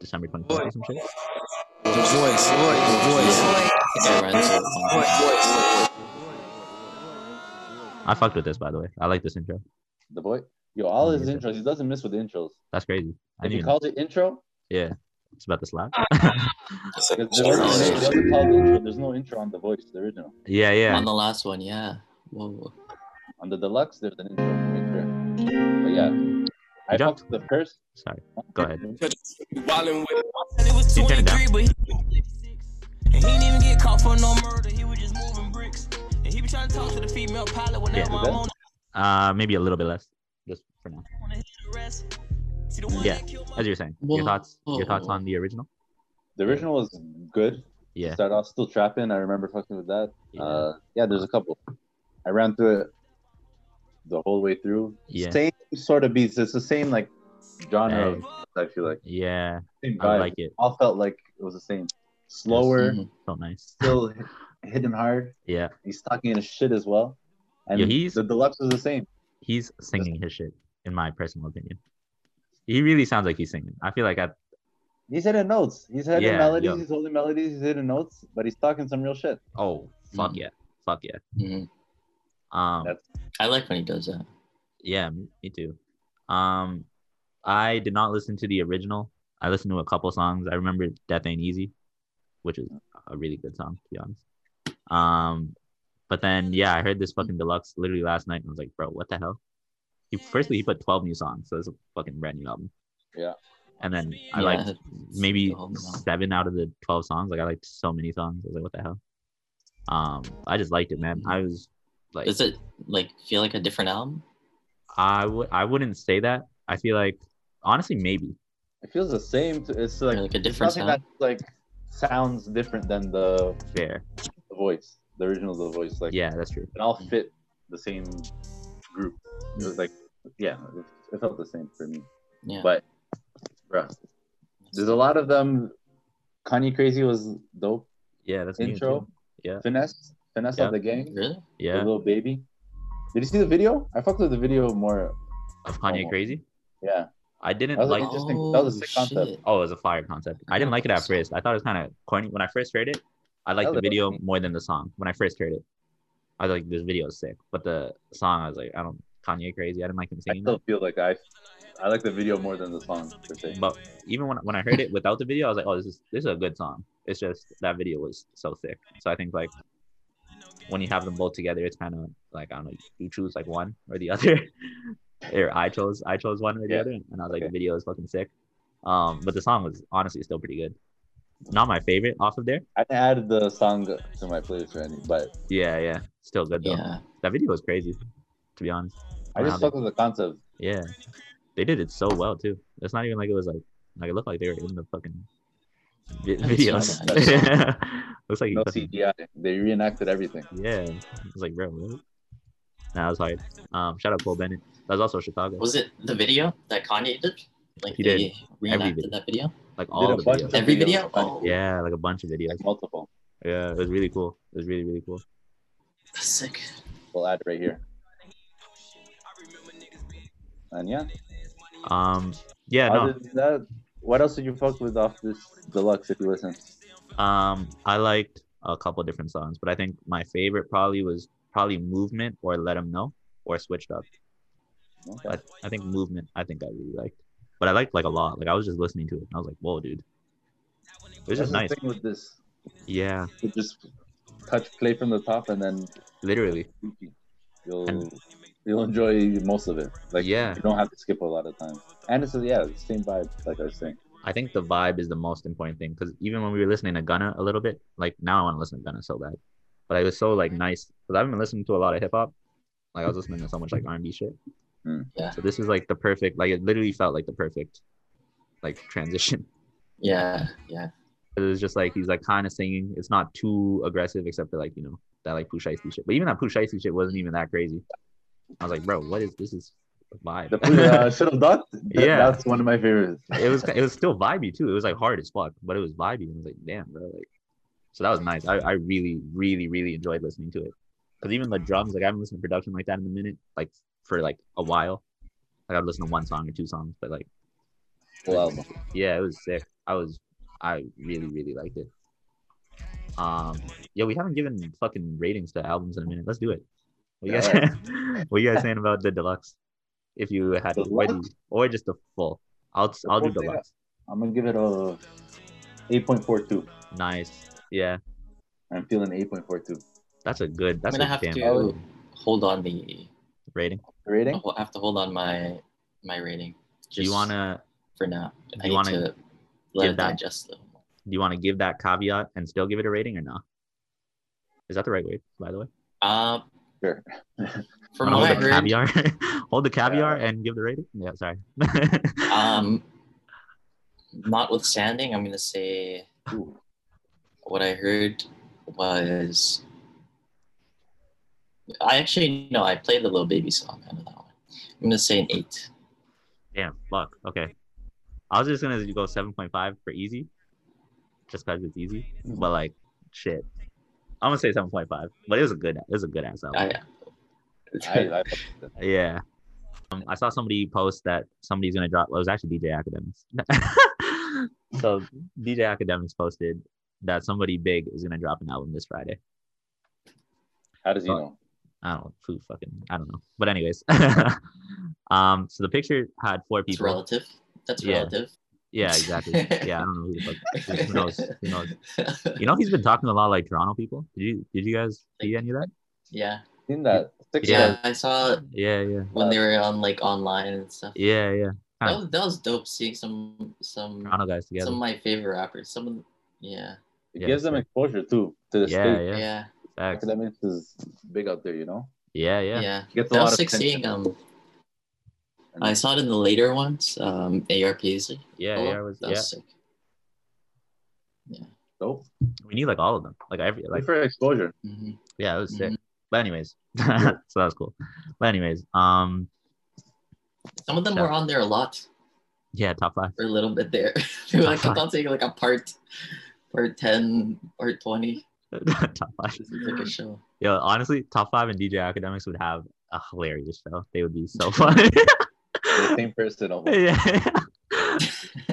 Speaker 2: December twenty fourth or some shit?
Speaker 13: The voice, the voice.
Speaker 3: I think I ran into it on-
Speaker 2: I fucked with this by the way. I like this intro.
Speaker 1: The boy, yo, all his
Speaker 2: Yeah.
Speaker 1: intros. He doesn't miss with intros.
Speaker 2: That's crazy. I
Speaker 1: If
Speaker 2: didn't
Speaker 1: he
Speaker 2: even-
Speaker 1: calls it intro,
Speaker 2: yeah. It's about to slap.
Speaker 1: because the original name wasn't called intro. There's no intro on the voice, the original.
Speaker 2: yeah, yeah.
Speaker 3: on the last one, yeah. Whoa.
Speaker 1: On the deluxe, there's an intro. Make sure. But yeah, I
Speaker 2: dropped-
Speaker 1: fucked with the first.
Speaker 2: Sorry. Go ahead.
Speaker 13: Wildin' with
Speaker 7: It was
Speaker 2: You turn it down.
Speaker 7: 23, but he was 56. And he didn't even get caught for no murder. He was just moving bricks. And he be trying to talk to the female pilot when
Speaker 2: Yeah,
Speaker 7: that
Speaker 1: is
Speaker 7: one
Speaker 1: that-
Speaker 7: on
Speaker 2: Uh maybe a little bit less. Just for now.
Speaker 7: the rest. See the one
Speaker 2: Yeah.
Speaker 7: that killed my
Speaker 2: As you were saying. Your
Speaker 3: Whoa.
Speaker 2: thoughts your thoughts on the original?
Speaker 1: The original was good.
Speaker 2: Yeah.
Speaker 1: Start off still trapping. I remember fucking with that.
Speaker 2: Yeah.
Speaker 1: Uh, yeah, there's a couple. I ran through it the whole way through.
Speaker 2: Yeah.
Speaker 1: Same sort of beats. It's the same like genre.
Speaker 2: Hey.
Speaker 1: I feel like
Speaker 2: Yeah.
Speaker 1: same
Speaker 2: I
Speaker 1: vibe.
Speaker 2: like Mm-hmm. it.
Speaker 1: All felt like it was the same. Slower,
Speaker 3: Mhm.
Speaker 2: So nice.
Speaker 1: still hit- hitting hard.
Speaker 2: Yeah.
Speaker 1: He's talking his shit as well. And
Speaker 2: Yeah, he's-
Speaker 1: the deluxe is the same.
Speaker 2: he's singing his shit, in my personal opinion. He really sounds like he's singing. I feel like I
Speaker 1: He's hitting notes. He's hitting
Speaker 2: Yeah,
Speaker 1: melodies.
Speaker 2: yo.
Speaker 1: He's holding melodies. He's hitting notes, but he's talking some real shit.
Speaker 2: oh fuck
Speaker 3: Mm.
Speaker 2: yeah. Fuck yeah. Um,
Speaker 3: Mm-hmm. I like when he does that.
Speaker 2: Yeah, m- me too. Um, I did not listen to the original. I listened to a couple songs. I remember "Death Ain't Easy," which is a really good song, to be honest. Um, but then yeah, I heard this fucking deluxe literally last night, and I was like, bro, what the hell? He firstly he put twelve new songs, so it's a fucking brand new album.
Speaker 1: Yeah.
Speaker 2: And then I
Speaker 1: Yeah,
Speaker 2: liked
Speaker 1: it's
Speaker 2: maybe
Speaker 1: the whole album.
Speaker 2: seven out of the twelve songs. Like I liked so many songs. I was like, what the hell? Um, I just liked it, man. I was like,
Speaker 3: Does it like feel like a different album?
Speaker 2: I would I wouldn't say that. I feel like honestly maybe.
Speaker 1: It feels the same. To, it's like,
Speaker 3: a different
Speaker 1: something
Speaker 3: sound?
Speaker 1: that like sounds different than the
Speaker 2: fair
Speaker 1: the voice, the original the voice. Like
Speaker 2: yeah, that's true.
Speaker 1: It all fit the same group. It was like yeah, it, it felt the same for me.
Speaker 3: Yeah.
Speaker 1: But bruh, there's a lot of them. Kanye Crazy was dope.
Speaker 2: Yeah, that's new,
Speaker 1: intro.
Speaker 2: too. Yeah.
Speaker 1: finesse, finesse
Speaker 2: Yeah.
Speaker 1: of the gang.
Speaker 3: Really?
Speaker 2: Yeah.
Speaker 1: The little baby. Did you see the video? I fucked with the video more.
Speaker 2: Of Kanye Crazy?
Speaker 1: Yeah.
Speaker 2: I didn't
Speaker 1: That was
Speaker 2: like
Speaker 1: interesting. That was a sick concept.
Speaker 2: Oh, it was a fire concept. I didn't like it at first. I thought it was kind of corny. When I first heard it, I liked the
Speaker 1: That was
Speaker 2: video more than the song. When I first heard it, I was like, "This video is sick," but the song, I was like, "I don't Kanye crazy." I didn't like him
Speaker 1: I
Speaker 2: singing.
Speaker 1: still feel like I, I like the video more than the song per se.
Speaker 2: But even when when I heard it without the video, I was like, "Oh, this is this is a good song." It's just that video was so sick. So I think like when you have them both together, it's kind of like I don't know, you choose like one or the other. or I chose I chose one or the
Speaker 1: Yeah.
Speaker 2: other, and I was like, the video is fucking sick. Um, but the song was honestly still pretty good. Not my favorite off of there.
Speaker 1: I added the song to my playlist, Randy, but
Speaker 2: Yeah, yeah, still good though.
Speaker 3: Yeah.
Speaker 2: That video was crazy, to be honest.
Speaker 1: I just
Speaker 2: Wow,
Speaker 1: fucked with the concept.
Speaker 2: yeah, they did it so well too. It's not even like it was like like it looked like they were in the fucking vi-
Speaker 1: I just saw
Speaker 2: videos.
Speaker 1: that.
Speaker 2: Looks like
Speaker 1: no
Speaker 2: fucking-
Speaker 1: CGI. They reenacted everything.
Speaker 2: yeah. I was like, bro, what? Nah, that was hard. Um, shout out Cole Bennett. That was also Chicago.
Speaker 3: Was it the video that Kanye did? Like
Speaker 2: He
Speaker 3: they
Speaker 2: did.
Speaker 3: reenacted
Speaker 2: Every
Speaker 3: that video?
Speaker 2: Like
Speaker 3: Did
Speaker 2: all
Speaker 3: a
Speaker 2: the
Speaker 3: bunch
Speaker 2: videos.
Speaker 3: of Every videos video? with Kanye.
Speaker 2: Oh, Yeah, like a bunch of videos.
Speaker 1: multiple.
Speaker 2: Yeah, it was really cool. It was really really cool.
Speaker 3: Sick.
Speaker 1: We'll add it right here. And yeah.
Speaker 2: Um. Yeah.
Speaker 1: Other
Speaker 2: no.
Speaker 1: than that, what else did you fuck with off this deluxe? If you listen,
Speaker 2: Um, I liked a couple different songs, but I think my favorite probably was probably Movement or Let 'Em Know or Switched Up. I, I think Movement. I think I really liked, but I liked like a lot. Like I was just listening to it, and I was like, "Whoa, dude!" It was just
Speaker 1: That's the
Speaker 2: nice.
Speaker 1: thing with this.
Speaker 2: Yeah,
Speaker 1: You just touch play from the top and then
Speaker 2: literally,
Speaker 1: you'll you'll enjoy most of it. Like
Speaker 2: Yeah.
Speaker 1: you don't have to skip a lot of time. And it's yeah, the same vibe like I was saying.
Speaker 2: I think the vibe is the most important thing because even when we were listening to Gunna a little bit, like now I want to listen to Gunna so bad, but it was so like nice because I've been listening to a lot of hip hop, like I was listening to so much like R and B shit.
Speaker 1: Mm.
Speaker 3: Yeah.
Speaker 2: So this was like the perfect, like it literally felt like the perfect, like transition.
Speaker 3: Yeah. Yeah.
Speaker 2: It was just like he's like kind of singing. It's not too aggressive, except for like you know that like Pusha T shit. But even that Pusha T shit wasn't even that crazy. I was like, bro, what is this? Is vibe?
Speaker 1: The uh, should have done.
Speaker 2: Yeah.
Speaker 1: that's one of my favorites.
Speaker 2: it was it was still vibey too. It was like hard as fuck, but it was vibey. And I was like, damn, bro, like. So that was nice. I, I really, really, really enjoyed listening to it. Cause even the drums, like I haven't listened to production like that in a minute, like for like a while. Like I'd listen to one song or two songs, but like
Speaker 1: Well,
Speaker 2: yeah, it was sick. I was, I really, really liked it. Um, yeah, we haven't given fucking ratings to albums in a minute. Let's do it. What you guys, what you guys saying about the deluxe? If you had to, or, the- or just the full. I'll I'll do
Speaker 1: full thing,
Speaker 2: deluxe.
Speaker 1: I'm gonna give it a eight point four two.
Speaker 2: Nice. Yeah.
Speaker 1: I'm feeling eight point four two.
Speaker 2: That's a good. That's
Speaker 3: I'm gonna
Speaker 2: a
Speaker 3: have
Speaker 2: damn
Speaker 3: to
Speaker 2: good
Speaker 3: hold on the
Speaker 2: rating.
Speaker 1: rating.
Speaker 3: I have to hold on my my rating.
Speaker 2: Do you wanna
Speaker 3: for now? I
Speaker 2: you
Speaker 3: need
Speaker 2: wanna
Speaker 3: to let
Speaker 2: give
Speaker 3: it
Speaker 2: that-
Speaker 3: digest a little more.
Speaker 2: Do you want to give that caveat and still give it a rating or not? Is that the right way? By the way.
Speaker 3: Um,
Speaker 1: sure.
Speaker 3: From
Speaker 2: Wanna
Speaker 3: what I
Speaker 2: hold the
Speaker 3: heard,
Speaker 2: caviar, hold the caviar and give the rating. Yeah, sorry.
Speaker 3: um, notwithstanding, I'm gonna say what I heard was I actually no, I played the little baby song. I know that one. I'm gonna say an eight.
Speaker 2: Damn, fuck. Okay. I was just gonna go seven point five for easy, just because it's easy. But like, shit, I'm gonna say seven point five. But it was a good, it was a good ass album.
Speaker 1: I, I,
Speaker 2: yeah. Um, I saw somebody post that somebody's gonna drop. Well, it was actually DJ Academics. so DJ Academics posted that somebody big is gonna drop an album this Friday.
Speaker 1: How does he know?
Speaker 2: I don't know, who fucking I don't know. But anyways, um, so the picture had four people.
Speaker 3: relative. That's
Speaker 2: yeah.
Speaker 3: relative.
Speaker 2: Yeah, exactly. yeah, I don't know who the fuck. Who knows? Who knows? You know, he's been talking to a lot of like Toronto people. Did you Did you guys see any of that?
Speaker 3: Yeah.
Speaker 1: Seen that?
Speaker 3: Yeah, I saw it
Speaker 2: Yeah, yeah,
Speaker 3: when they were on like online and stuff.
Speaker 2: yeah, yeah.
Speaker 3: That
Speaker 2: Kinda
Speaker 3: was, that was dope seeing some some
Speaker 2: Toronto guys together.
Speaker 3: some of my favorite rappers. Some of them- yeah.
Speaker 1: It
Speaker 2: Yeah,
Speaker 1: gives them exposure too to the
Speaker 2: Yeah,
Speaker 1: state.
Speaker 2: yeah.
Speaker 3: Yeah.
Speaker 2: Facts.
Speaker 1: Because that means it's big out there, you know.
Speaker 2: Yeah,
Speaker 3: Yeah.
Speaker 2: yeah,
Speaker 1: Gets a
Speaker 3: that
Speaker 1: lot
Speaker 3: was
Speaker 1: of
Speaker 3: sick
Speaker 1: attention.
Speaker 3: seeing um I saw it in the later ones, um ARPs.
Speaker 2: Yeah,
Speaker 3: Oh,
Speaker 2: AR was-
Speaker 3: that was
Speaker 2: yeah.
Speaker 3: sick.
Speaker 1: Dope.
Speaker 2: We need like all of them, like every uh, like
Speaker 1: Good for exposure.
Speaker 3: Mhm.
Speaker 2: yeah, it was sick. But anyways, so that was cool. But anyways, um,
Speaker 3: Some of them
Speaker 2: Yeah.
Speaker 3: were on there a lot
Speaker 2: yeah, top five.
Speaker 3: for a little bit there. They were, like
Speaker 2: Uh-huh.
Speaker 3: kept on saying like a part part ten, part twenty.
Speaker 2: top five.
Speaker 3: This is like a show.
Speaker 2: Yo, honestly, top five and DJ Academics would have a hilarious show. They would be so funny.
Speaker 1: They're the same person. almost.
Speaker 2: yeah.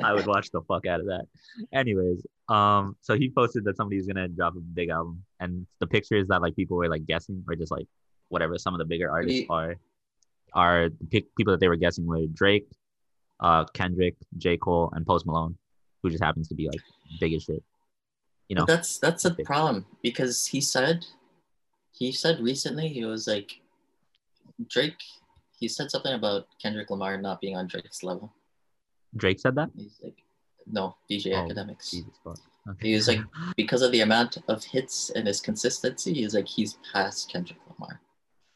Speaker 2: I would watch the fuck out of that. Anyways, um, so he posted that somebody's gonna drop a big album, and the picture is that like people were like guessing or just like whatever some of the bigger artists
Speaker 3: Ye-
Speaker 2: are are the pick, people that they were guessing were Drake, uh, Kendrick, J Cole, and Post Malone, who just happens to be like big as shit. You know,
Speaker 3: But that's that's the problem because he said he said recently he was like Drake he said something about Kendrick Lamar not being on Drake's level.
Speaker 2: Drake said that.
Speaker 3: He's like no, DJ
Speaker 2: Oh,
Speaker 3: Academics.
Speaker 2: Jesus fuck.
Speaker 3: He was like because of the amount of hits and his consistency, he's like he's past Kendrick Lamar.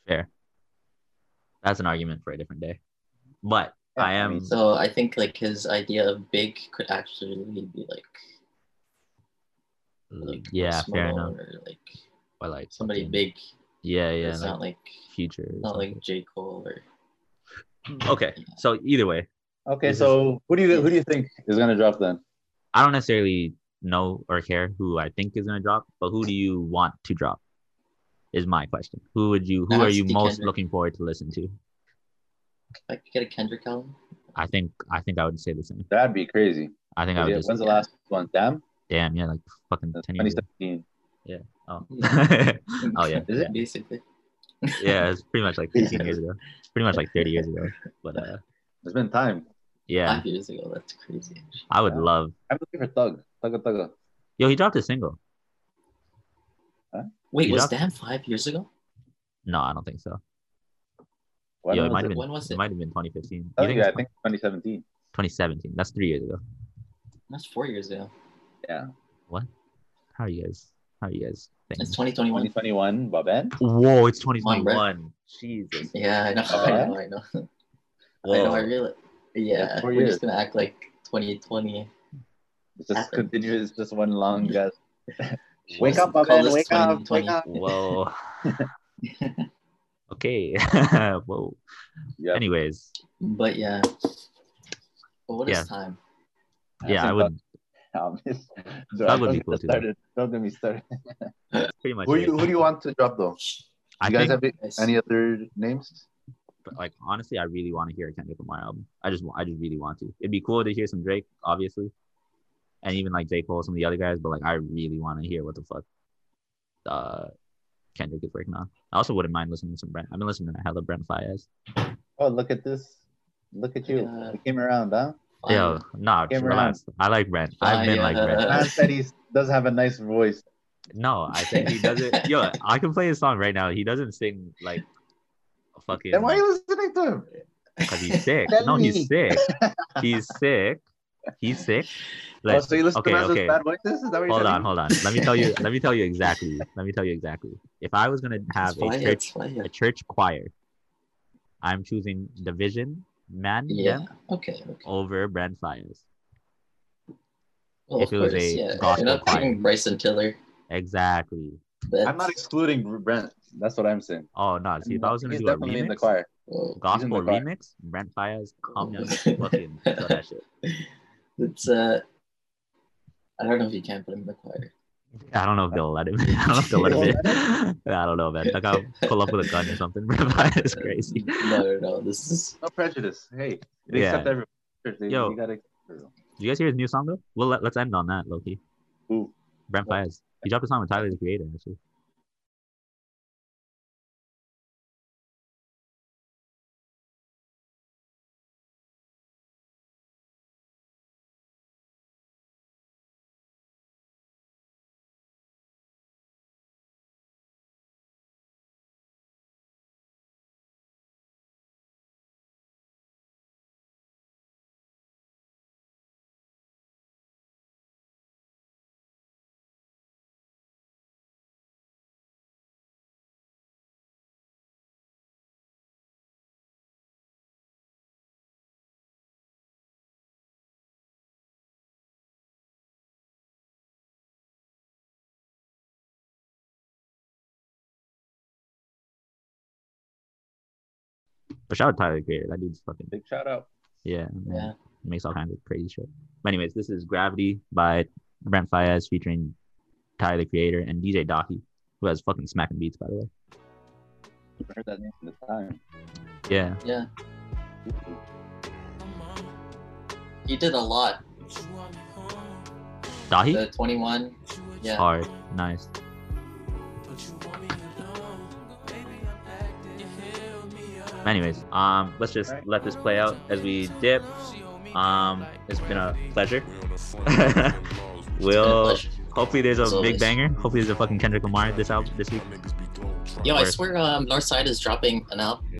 Speaker 2: Fair. That's an argument for a different day. But I am
Speaker 3: So I think like his idea of big could actually be like like
Speaker 2: Mm, yeah,
Speaker 3: Post
Speaker 2: fair enough.
Speaker 3: Malone or like
Speaker 2: Or like
Speaker 3: somebody
Speaker 2: fucking-
Speaker 3: big.
Speaker 2: Yeah, yeah.
Speaker 3: It's not like
Speaker 2: future. or
Speaker 3: not
Speaker 2: something.
Speaker 3: like J. Cole or
Speaker 2: okay, so either way,
Speaker 1: Okay,
Speaker 2: This is-
Speaker 1: so who do you who do you think is gonna drop then?
Speaker 2: I don't necessarily know or care who I think is gonna drop, but who do you want to drop? Is my question. Who would you? Who are
Speaker 3: That's
Speaker 2: you
Speaker 3: the
Speaker 2: most
Speaker 3: Kendrick.
Speaker 2: looking forward to listen to?
Speaker 3: if I could get a Kendrick album.
Speaker 2: I think. I think I would say the same.
Speaker 1: That'd be crazy.
Speaker 2: I think I would
Speaker 1: Yeah,
Speaker 2: just.
Speaker 1: When's the last one? Damn,
Speaker 2: Damn. Yeah. Like fucking ten years. ago.
Speaker 1: 2017.
Speaker 2: Yeah. Oh.
Speaker 3: Yeah.
Speaker 2: oh yeah.
Speaker 1: Is it?
Speaker 3: Basically.
Speaker 2: Yeah. It's pretty much like 15 years ago. It's pretty much like 30 years ago. But uh,
Speaker 1: It's been time.
Speaker 2: yeah,
Speaker 3: Five years ago, that's crazy.
Speaker 2: I would love.
Speaker 1: I'm looking for Thug. Thugga Thugga.
Speaker 2: Yo, he dropped a single.
Speaker 3: Wait,
Speaker 2: You
Speaker 3: was
Speaker 2: know-
Speaker 3: Damn five years ago?
Speaker 2: No, I don't think so.
Speaker 1: When
Speaker 2: Yo, it
Speaker 1: was
Speaker 2: might
Speaker 1: it?
Speaker 2: have been.
Speaker 3: When was
Speaker 2: it
Speaker 3: it?
Speaker 2: might have been 2015.
Speaker 1: Thug,
Speaker 2: You think
Speaker 1: yeah,
Speaker 2: it's
Speaker 1: I think 2017.
Speaker 2: 2017. That's three years ago.
Speaker 3: That's four years ago.
Speaker 1: Yeah.
Speaker 2: What? How are you guys? How are you guys?
Speaker 3: It's
Speaker 2: Thinking?
Speaker 3: 2021.
Speaker 1: 2021, Baben.
Speaker 2: Whoa, it's
Speaker 3: on, bro.
Speaker 2: 2021. Jesus.
Speaker 3: Yeah, I know. I know. I know. I know. I
Speaker 2: Whoa.
Speaker 3: really. Yeah,
Speaker 1: four
Speaker 3: we're
Speaker 1: years.
Speaker 3: just gonna act like 2020.
Speaker 1: It's just
Speaker 3: Happened.
Speaker 1: continuous, just one long guess.
Speaker 3: Wake up, Call Baben, this wake up, 2020. wake up.
Speaker 2: Whoa. okay. Whoa.
Speaker 1: Yeah.
Speaker 2: Anyways,
Speaker 3: But yeah. But what is
Speaker 2: Yeah.
Speaker 3: time?
Speaker 2: yeah, I would
Speaker 1: That
Speaker 2: would be cool too, though.
Speaker 1: Started. Don't get me started.
Speaker 2: pretty much.
Speaker 1: Who
Speaker 2: say
Speaker 1: you who do you want to drop though?
Speaker 2: I
Speaker 1: you guys
Speaker 2: think,
Speaker 1: have any other names?
Speaker 2: but, like honestly, I really want to hear a Kendrick Lamar album. I just, wa- I just really want to. It'd be cool to hear some Drake, obviously, and even like J Cole, some of the other guys. But like, I really want to hear what the fuck uh, Kendrick is working on. I also wouldn't mind listening to some Brent. I've been listening to hella Brent Fayez.
Speaker 1: Oh, look at this. Look at you.
Speaker 3: Yeah.
Speaker 1: You came around, huh?
Speaker 2: Yo, nah,
Speaker 1: Cameron.
Speaker 2: relax. I like Brent. I've been like
Speaker 3: Fire.
Speaker 2: Brent.
Speaker 1: Man said he does have a nice voice.
Speaker 2: No, I think he doesn't. Yo, I can play his song right now. He doesn't sing like a fucking.
Speaker 1: Then why are you listening to him?
Speaker 2: Because he's sick.
Speaker 1: Tell
Speaker 2: no,
Speaker 1: me.
Speaker 2: he's sick. He's sick. He's sick.
Speaker 1: Oh,
Speaker 2: Like,
Speaker 1: so you listen
Speaker 2: okay,
Speaker 1: to Mazzo's
Speaker 2: okay.
Speaker 1: bad voices? Is that what you're
Speaker 2: Hold
Speaker 1: telling
Speaker 2: on,
Speaker 1: me?
Speaker 2: hold on. Let me tell you. Let me tell you exactly. Let me tell you exactly. If I was gonna have a
Speaker 3: Fire,
Speaker 2: church,
Speaker 3: fire.
Speaker 2: a church choir, I'm choosing Division Man
Speaker 3: Yeah.
Speaker 2: Them
Speaker 3: Okay. okay.
Speaker 2: over Brent Fires.
Speaker 3: Well,
Speaker 2: If
Speaker 3: of
Speaker 2: it was
Speaker 3: course.
Speaker 2: a
Speaker 3: yeah.
Speaker 2: gospel
Speaker 3: You're not
Speaker 2: choir.
Speaker 3: picking Bryson Tiller.
Speaker 2: Exactly.
Speaker 3: That's,
Speaker 1: I'm not excluding Brent. That's what I'm saying.
Speaker 2: Oh no! See, if I was gonna
Speaker 1: He's
Speaker 2: do a
Speaker 1: definitely
Speaker 2: remix,
Speaker 1: in the choir.
Speaker 3: well,
Speaker 1: He's in the
Speaker 2: gospel
Speaker 1: choir.
Speaker 2: remix, Brent Fires, calm down, fucking sell that shit.
Speaker 3: it's uh. I don't know if you can put him in the choir.
Speaker 2: I don't know if they'll let him. I don't know if they'll let him. In. I don't know, man. Like I'll pull up with a gun or something. it's crazy.
Speaker 3: No, no, no. This is
Speaker 1: No prejudice. Hey, they
Speaker 2: Yeah.
Speaker 1: accept everyone. They-
Speaker 2: Yo.
Speaker 1: You gotta accept everyone.
Speaker 2: You guys hear his new song though? Well, let, let's end on that, Loki.
Speaker 1: Ooh.
Speaker 2: Brent Fires. He dropped a song with Tyler the Creator actually. But shout out Tyler the Creator. That dude's fucking
Speaker 1: big shout out.
Speaker 2: Yeah, yeah. Makes all kinds of crazy shit. But anyways, this is Gravity by Brent Fayez featuring Tyler the Creator and DJ Docky, who has fucking smacking beats by the way.
Speaker 1: I heard that name from the time.
Speaker 2: Yeah.
Speaker 3: Yeah. He did a lot.
Speaker 2: Dahi?
Speaker 3: The 21. Yeah.
Speaker 2: Hard. Nice. Anyways, um, let's just let this play out as we dip. Um, it's been a pleasure. we'll hopefully there's
Speaker 3: As
Speaker 2: a
Speaker 3: always.
Speaker 2: big banger. Hopefully there's a fucking Kendrick Lamar this out this week.
Speaker 3: Yo, I
Speaker 2: Or-
Speaker 3: swear um, Northside is dropping an album